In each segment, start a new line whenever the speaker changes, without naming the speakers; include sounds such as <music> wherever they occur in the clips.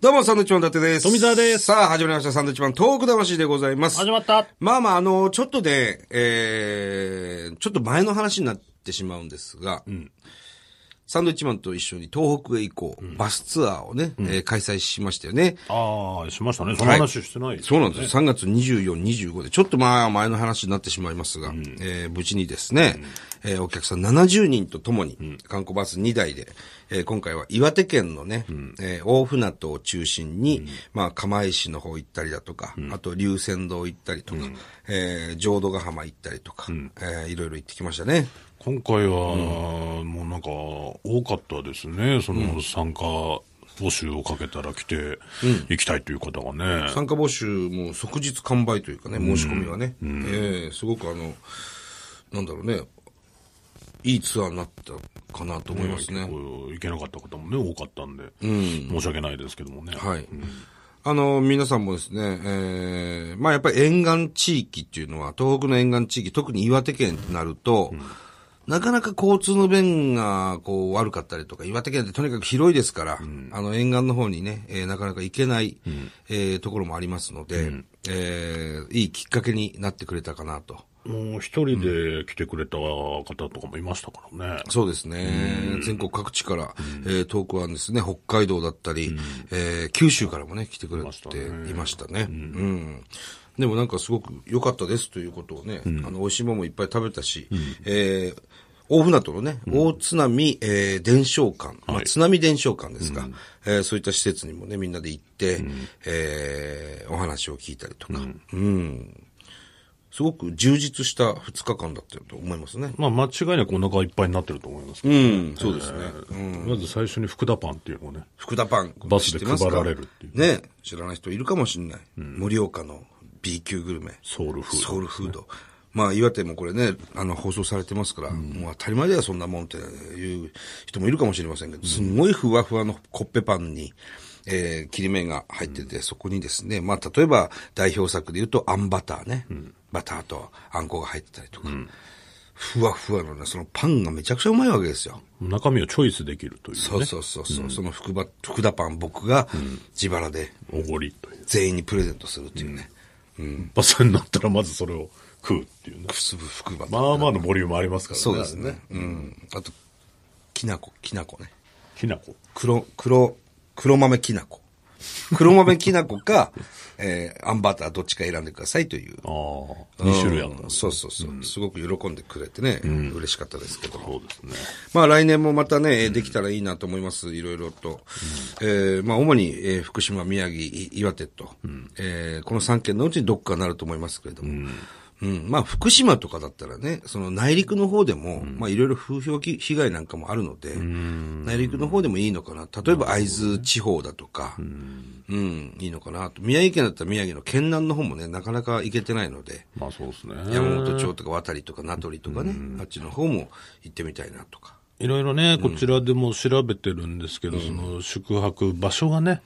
どうも、サンドウィッチマン伊達です。
富澤です
さあ、始まりました。サンドウィッチマントーク魂でございます。
始まった。
まあまあ、あの、ちょっとね、えー、ちょっと前の話になってしまうんですが、サンドウィッチマンと一緒に東北へ行こう、バスツアーをね、えー開催しましたよね。
ああ、しましたね。その話してない、
そうなんですよ。3月24、25で、ちょっとまあ前の話になってしまいますが、えー無事にですね、えーお客さん70人とともに、観光バス2台で、えー今回は岩手県のね、えー大船渡を中心に、まあ釜石の方行ったりだとか、あと龍泉堂行ったりとか、えー浄土ヶ浜行ったりとか、えーいろいろ行ってきましたね。
今回は、もうなんか、多かったですね。その参加募集をかけたら来て、行きたいという方がね。
参加募集も即日完売というかね、申し込みはね、えーすごくあの、なんだろうね、いいツアーになったかなと思いますね。
こう行けなかった方もね、多かったんで、申し訳ないですけどもね。
はい。あの、皆さんもですね、えー、まあやっぱり沿岸地域っていうのは、東北の沿岸地域、特に岩手県ってなると、なかなか交通の便が、こう、悪かったりとか、岩手県ってとにかく広いですから、あの、沿岸の方にね、えーなかなか行けない、えーところもありますので、えーいいきっかけになってくれたかなと。
もう一人で来てくれた方とかもいましたからね。
そうですね。全国各地から、えー遠くはですね、北海道だったり、えー九州からもね、来てくれていましたね。うん。でもなんかすごく良かったですということをね、あの、美味しいもんもいっぱい食べたし、えー大船渡のね、大津波、えー伝承館、まあ津波伝承館ですか、えーそういった施設にもね、みんなで行って、えーお話を聞いたりとか、うん。すごく充実した2日間だったよと思いますね。
まあ間違いなくお腹いっぱいになってると思いますけ
う
ど、
ん、そうですね。
まず最初に福田パンっていうのをね、
福田パン。
バス
知
で
ってますか
配られるっていう
ね知らない人いるかもしれない。盛岡の B 級グルメ。
ソウルフード
ソウルフード。まあ、岩手もこれね、あの、放送されてますから、もう当たり前だよ、そんなもんっていう人もいるかもしれませんけど、すんごいふわふわのコッペパンに、えー切り目が入ってて、そこにですね、まあ、例えば代表作で言うと、あんバターね。バターとあんこが入ってたりとか。ふわふわのね、そのパンがめちゃくちゃうまいわけですよ。
中身をチョイスできるというね。
そうそうそうそう、その福ば福田パン僕が自腹で
おごりという。
全員にプレゼントするっていうね。
バスになったらまずそれを食うっていうね。
すぐ福ば、
まあまあのボリュームありますからね。
そうですね。うん。あと、きなこ、きなこね。
きなこ。
黒、黒、黒豆きなこ。黒豆きなこ
<laughs>
か、えー、あんバターどっちか選んでくださいという。
ああ、2種類あるんだ
う。んそうそうそう。すごく喜んでくれてね、嬉しかったですけど。
そうですね。
まあ来年もまたね、えーできたらいいなと思います、いろいろと。えーまあ主に、えー福島、宮城、い岩手と、えーこの3県のうちにどっかなると思いますけれども。うんまあ、福島とかだったらね、その内陸の方でも、まあ、いろいろ風評被被害なんかもあるので、内陸の方でもいいのかな。例えば会津地方だとか、うん、いいのかなと。宮城県だったら宮城の県南の方もね、なかなか行けてないので、
まあそうですね。
山本町とか渡りとか名取とかね、あっちの方も行ってみたいなとか。
いろいろね、こちらでも調べてるんですけど、その宿泊場所がね、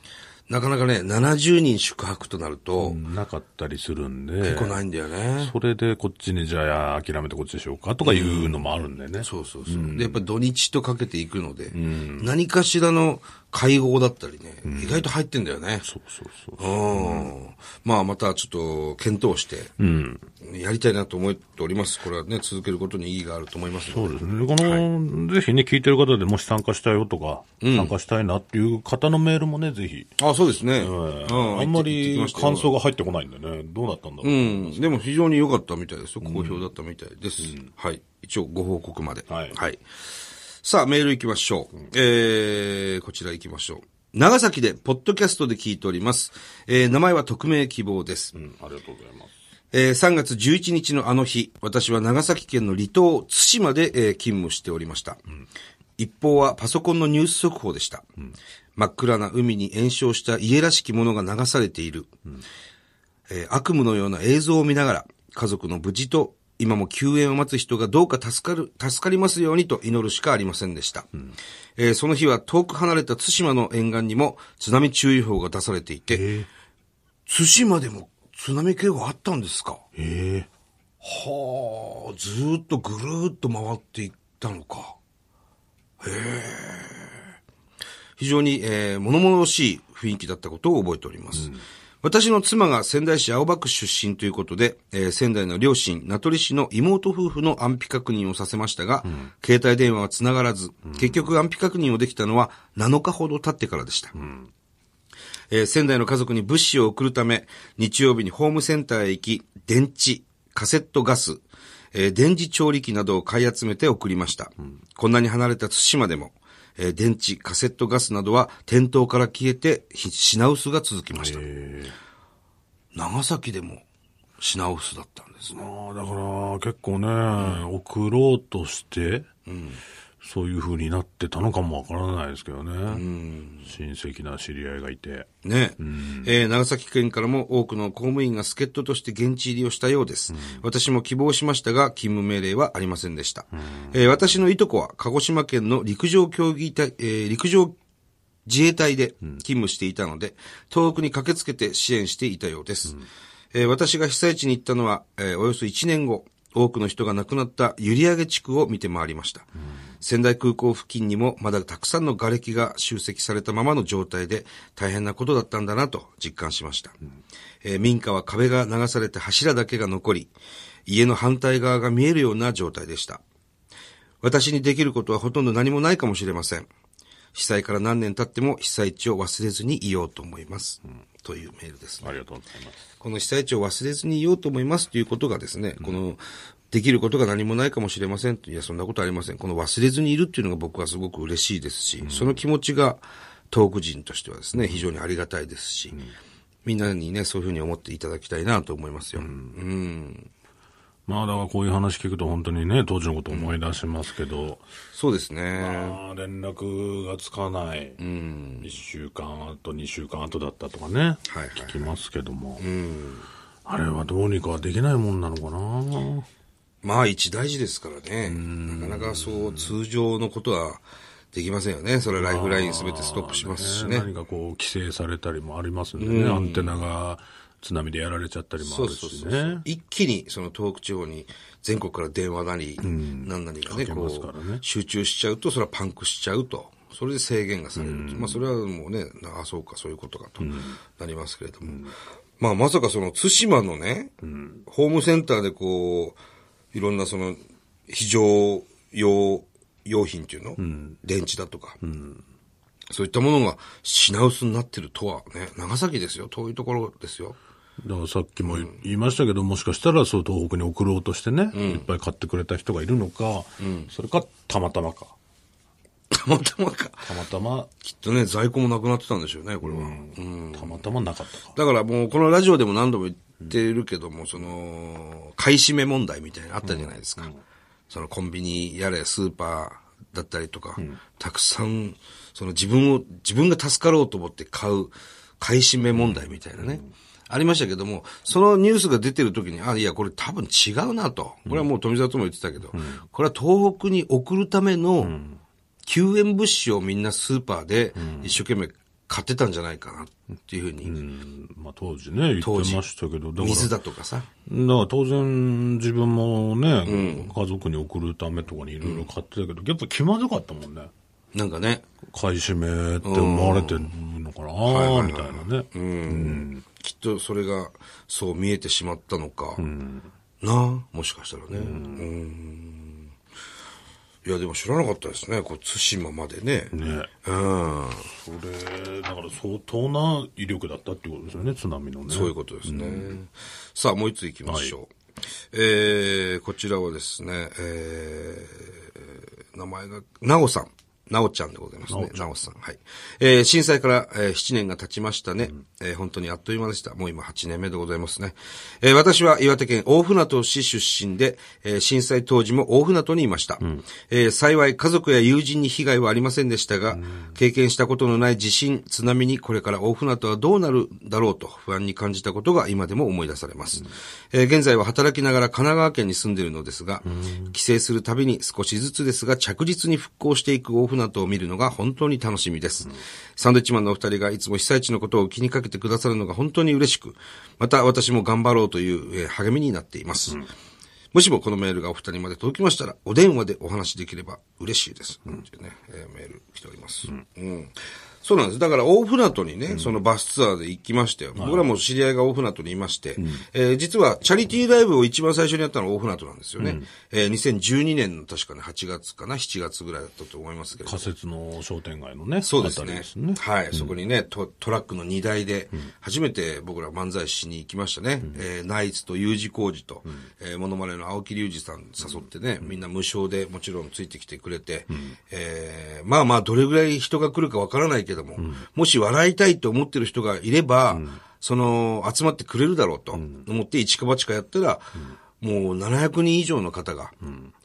なかなかね、70人宿泊となると、
なかったりするんで、
結構ないんだよね。
それでこっちにじゃあ諦めてこっちでしょうかとかいうのもあるんでね。
そうそうそう。で、やっぱり土日とかけていくので、何かしらの会合だったりね、意外と入ってんだよね。
そうそうそう。
うんまあ、またちょっと検討して、やりたいなと思っております。これはね、続けることに意義があると思いますので
そうですね。この、ぜひね、聞いてる方でもし参加したよとか、参加したいなっていう方のメールもね、ぜひ。
あ、そうですね。
あんまり感想が入ってこないんでね、どうなったんだろう。
うん、でも非常に良かったみたいですよ。好評だったみたいです。はい。一応ご報告まで。
はい
さあ、メール行きましょう。えー、こちら行きましょう。長崎で、ポッドキャストで聞いております。えー、名前は匿名希望です。
うん、ありがとうございます。
えー3月11日のあの日、私は長崎県の離島、対馬で、えー勤務しておりました。一方はパソコンのニュース速報でした。真っ暗な海に炎症した家らしきものが流されている。えー悪夢のような映像を見ながら、家族の無事と、今も救援を待つ人がどうか助かる、助かりますようにと祈るしかありませんでした。えーその日は遠く離れた対馬の沿岸にも津波注意報が出されていて、対馬でも津波警報あったんですか
ええ
はあ、ずーっとぐるーっと回っていったのか。へえ。非常に、えー、物々しい雰囲気だったことを覚えております。私の妻が仙台市青葉区出身ということで、えー仙台の両親、名取市の妹夫婦の安否確認をさせましたが、携帯電話は繋がらず、結局安否確認をできたのは7日ほど経ってからでした。えー仙台の家族に物資を送るため、日曜日にホームセンターへ行き、電池、カセットガス、えー電磁調理器などを買い集めて送りました。こんなに離れた対馬でも、えー電池、カセットガスなどは店頭から消えてひ品薄が続きました。長崎でも品薄だったんですね。
ああ、だから結構ね、送ろうとして、そういう風になってたのかもわからないですけどね。親戚な知り合いがいて。
ね、えー長崎県からも多くの公務員が助っ人として現地入りをしたようです。私も希望しましたが、勤務命令はありませんでした。えー私のいとこは、鹿児島県の陸上競技隊、えー陸上自衛隊で勤務していたので、東北に駆けつけて支援していたようです。えー私が被災地に行ったのは、えーおよそ1年後、多くの人が亡くなった閖上地区を見て回りました。仙台空港付近にもまだたくさんの瓦礫が集積されたままの状態で大変なことだったんだなと実感しました。えー民家は壁が流されて柱だけが残り、家の反対側が見えるような状態でした。私にできることはほとんど何もないかもしれません。被災から何年経っても被災地を忘れずにいようと思います。というメールですね。
ありがとうございます。
この被災地を忘れずにいようと思いますということがですね、この、できることが何もないかもしれませんと。いや、そんなことありません。この忘れずにいるっていうのが僕はすごく嬉しいですし、その気持ちが東北人としてはですね、非常にありがたいですし、みんなにね、そういうふうに思っていただきたいなと思いますよ。うん
まあだからこういう話聞くと本当にね、当時のこと思い出しますけど、
そうですね。
ああ連絡がつかない、一1週間後、2週間後だったとかね、
はいはい
聞きますけども、あれはどうにかできないもんなのかな。
まあ一大事ですからね。なかなかそう、通常のことはできませんよね。それはライフラインすべてストップしますしね。
何かこう、規制されたりもありますんでね、アンテナが津波でやられちゃったりもあ
そう
る
そう
し
そ
ね。
うそう。一気にその東北地方に全国から電話なり、何なりがね、
かけますからね
こう、集中しちゃうと、それはパンクしちゃうと。それで制限がされると。まあそれはもうね、ああ、そうか、そういうことかとなりますけれども。まあまさかその対馬のね、ホームセンターでこう、いろんなその非常用用品っていうの、電池だとか、そういったものが品薄になってるとはね、長崎ですよ、遠いところですよ。
だからさっきも言言いましたけど、もしかしたらそう東北に送ろうとしてね、いっぱい買ってくれた人がいるのか、それかたまたまか。
たまたまか。
たまたま、
きっとね、在庫もなくなってたんでしょうね、これは。
たまたまなかったか。
だからもう、このラジオでも何度も言ってるけども、その、買い占め問題みたいなのあったじゃないですか。そのコンビニやれ、スーパーだったりとか、たくさん、その自分を、自分が助かろうと思って買う、買い占め問題みたいなね。ありましたけども、そのニュースが出てる時に、あ、いや、これ多分違うなと。これはもう富澤とも言ってたけど、これは東北に送るための、救援物資をみんなスーパーで一生懸命買ってたんじゃないかなっていうふうに、
まあ当時ね、言ってましたけど、だから
水だとかさ。
だから当然自分もね、家族に送るためとかにいろいろ買ってたけど、やっぱ気まずかったもんね。
なんかね、
買い占めって思われてるのかな、みたいなね。
きっとそれがそう見えてしまったのか、なあ、もしかしたらね。うんいや、でも知らなかったですね。こう、対馬までね。
ね。
うん。
それ、だから相当な威力だったってことですよね、津波のね。
そういうことですね。さあ、もう一つ行きましょう。えー、こちらはですね、えー、名前が、なおさん。なおちゃんでございますね。なおさん。はい。えー、震災から、えー7年が経ちましたね、えー本当にあっという間でした。もう今8年目でございますね。えー私は岩手県大船渡市出身で、えー震災当時も大船渡にいました、えー幸い家族や友人に被害はありませんでしたが、経験したことのない地震、津波にこれから大船渡はどうなるだろうと不安に感じたことが今でも思い出されます。えー現在は働きながら神奈川県に住んでいるのですが、帰省するたびに少しずつですが着実に復興していく大船渡を見るのが本当に楽しみです。サンドイッチマンのお二人がいつも被災地のことを気にかけてくださるのが本当に嬉しく、また私も頑張ろうという、えー励みになっています。もしもこのメールがお二人まで届きましたら、お電話でお話しできれば嬉しいです。っていうね、えーメール来ております。うんそうなんです。だから大船渡にね、そのバスツアーで行きましたよ。僕らも知り合いが大船渡にいまして、えー実はチャリティーライブを一番最初にやったのは大船渡なんですよね。えー2012年の確かね、8月かな、7月ぐらいだったと思いますけれども
仮設の商店街のね、
そうです
あたり
ね。はい、そこにねト、トラックの荷台で、初めて僕ら漫才しに行きましたね。えーナイツと U 字工事と、えーモノマネの青木隆二さん誘ってね、みんな無償でもちろんついてきてくれて、えーまあまあ、どれぐらい人が来るかわからないけども、もし笑いたいと思ってる人がいれば、その、集まってくれるだろうと思って、一か八かやったら、もう700人以上の方が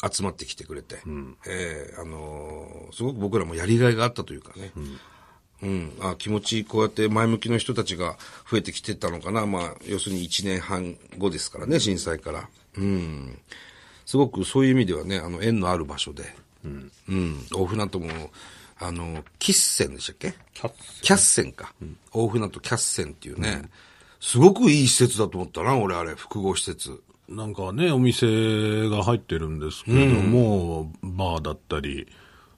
集まってきてくれて、えーあのーすごく僕らもやりがいがあったというかね、うんあ気持ちこうやって前向きの人たちが増えてきてたのかな、まあ、要するに1年半後ですからね、震災から。うん、すごくそういう意味ではね、あの縁のある場所で、うん大船渡も、あの、キッセンでしたっけ
キャッ
キャッセンか。大船渡キャッセンっていうね、すごくいい施設だと思ったな、俺あれ、複合施設。
なんかね、お店が入ってるんですけれども、バーだったり、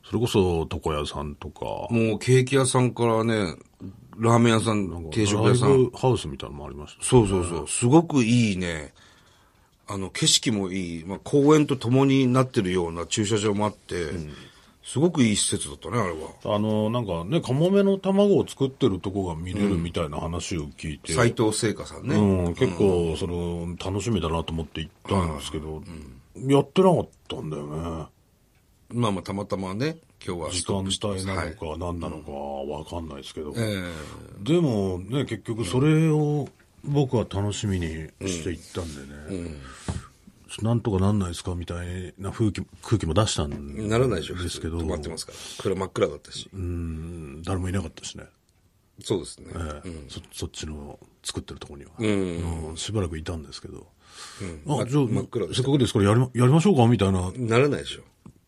それこそ床屋さんとか、
もうケーキ屋さんからね、ラーメン屋さん、定食屋さ
ライ
ん。
ブハウスみたいなのもありました。
そうそうそう。すごくいいね。あの、景色もいい。まあ、公園と共になってるような駐車場もあって、すごくいい施設だったね、あれは。
あの、なんかね、カモメの卵を作ってるとこが見れるみたいな話を聞いて、
斎藤聖華さんね。
うん、結構、その、楽しみだなと思って行ったんですけど、やってなかったんだよね。
まあまあ、たまたまね、今日は
時
スト
間
ップしてま
帯
す
な
は
の
い
か何なのかわかんないですけど、
え
でもね、結局それを僕は楽しみにしていったんでね、なんとかなんないですかみたいな風気空気も出したん
えならないでしょ、
ですけど、
普通止まってますから。暗真っ暗だったし。
うん誰もいなかったしね、
そうですね。
ええそそっちの作ってるところには、
ん
うんしばらくいたんですけど、
ま
あじゃあ
真っ暗でした
せっかくですからやりまやりましょうかみたいな、
ならないでしょ。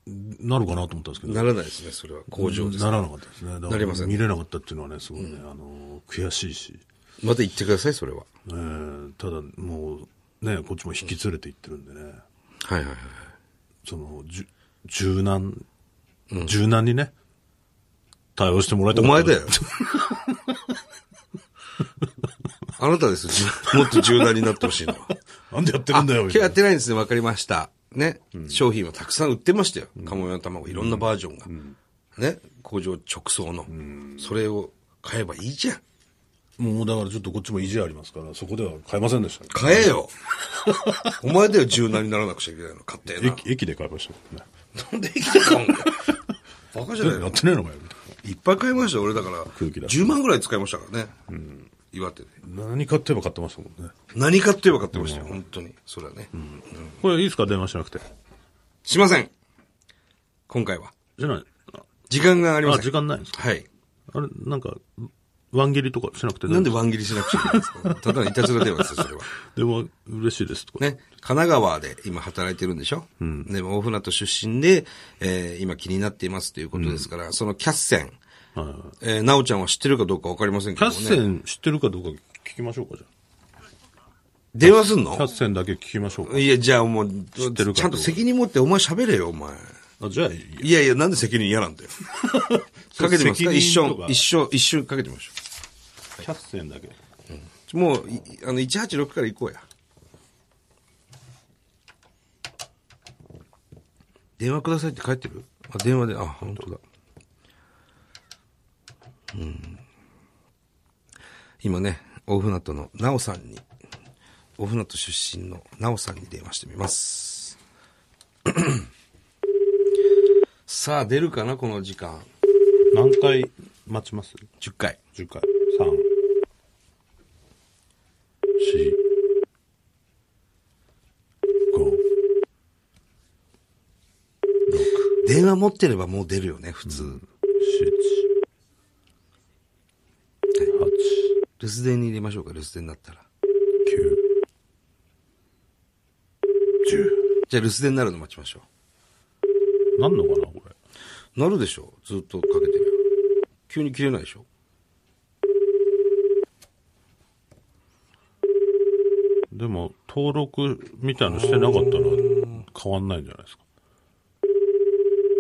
なるかなと思ったんですけど、
ならないですね、それは。工場です。
ならなかったですね、だ
な
か
りませ
ら
ん
見れなかったっていうのはね、すごいね、あの悔しいし。
また行ってください、それは。
ええただもうねこっちも引き連れていってるんでね、
はいはいはい。
そのじゅ柔軟、柔軟にね対応してもらいた
お
か
前
った
だよ。 <laughs> あなたです。じゅもっと柔軟になってほしいのは。
なんでやって
あ
るんだよ
今日
みたい
や
な
ってないんですね。わかりました。ね。商品はたくさん売ってましたよ。カモメの卵、いろんなバージョンが。ね。工場直送の。それを買えばいいじゃん。
もうだからちょっとこっちも意地ありますからそこでは買えませんでしたね
買え
<laughs>
よ。お前だよ、柔軟にならなくちゃいけないの。買ってえな。
駅駅で買いましたけどね
なんで生きてたんだよ。 <laughs> バカじゃない
や
の
っ。てないのかよみたい
いっぱい買いましたよ、俺だから。
空気だ
10万ぐらい使いましたからね。岩手で。
な何買ってば買ってましたもんね
何買ってば買ってましたよ、本当に。それはね。
これいいですか電話しなくて
しません。今回は。
じゃない
時間があり
あ
ま
あ
せん。
時間ないんですか
はい。
あれなんかワン切りとかしなくて
なんでワン切りしなくちゃいけないんですかただのいたずら電話ですよ、それは。
電話嬉しいですとか、
ね。神奈川で今働いてるんでしょうん。でも大船渡出身で、えー今気になっていますということですから、そのキャッセン。
はいはい
えー、なおちゃんは知ってるかどうかわかりませんけ
キ
ど
ャ
も
ッ
ね。
セン知ってるかどうか聞きましょうかじゃあ
電話すん
キャッ
の
センだけ聞きましょうか。
いや、じゃあもう、
ってるかどうか
ちゃんと責任持ってお前喋れよ、お前。
あじゃあいいや、
いやいや、なんで責任嫌
<laughs>
なんだよ。かけてみますか一
責任と
瞬
か、
一瞬、一瞬かけてみましょ
キャッセンだけ。
う。もう、いあの、186から行こうや。電話くださいって書いてるあ、電話で、あ、本当だ。うん。今ね、大船渡のなおさんに、大船渡出身のなおさんに電話してみます。 <coughs> さあ、出るかなこの時間。
何回待ちます
10回。
?10 回。3、4、5、
電話持ってればもう出るよね、普通。
7、8、
留守電に入れましょうか、留守電だったら。
9、10。
じゃあ留守電になるの待ちましょ
なんのかなこれ。
う。なるでしょずっとかけてる。急に切れないでしょ
でも、登録みたいのしてなかったら変わんないんじゃないですか。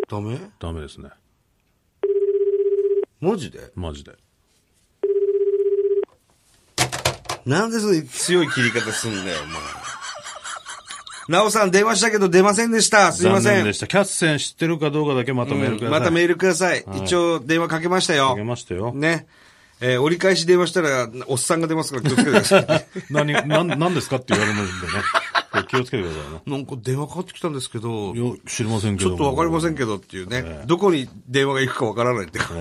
ダメ
ダメですね。
マジで
マジで。
なんでその強い切り方すんだよ、お前。なおさん電話したけど出ませんでした。すいま
残
せ
念
ん。
でした。キャッセン知ってるかどうかだけまたメールください。
またメールください。
はい
一応電話かけましたよ。
かけましたよ
ね。えー折り返し電話したら、おっさんが出ますから気をつけてくださ
<laughs>
い。
何、なん、なんですかって言われるんでね。これ気をつけてくださいね。
なんか電話かかってきたんですけど、
いや、知りませんけ
ち
ど
ょ
も。
っとわかりません
ど。
けどっていうね、どこに電話が行くかわからないっていうか、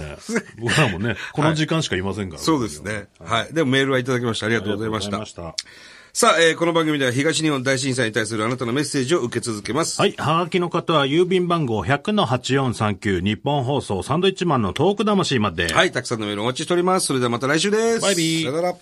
僕らもね、この時間しかいませんから。
そうですね。はい。でもメールはいただきました。ありが
あ
とう
りが
ご
と
ざい
うご
ま
ざ
し
い
た。
ました。
さあ、えーこの番組では東日本大震災に対するあなたのメッセージを受け続けます。
はい。はがきの方は、郵便番号100-8439、日本放送、サンドイッチマンのトーク魂まで。
はい、たくさんのメールお待ちしております。それではまた来週です。
バイビ
さ
ー
よなら。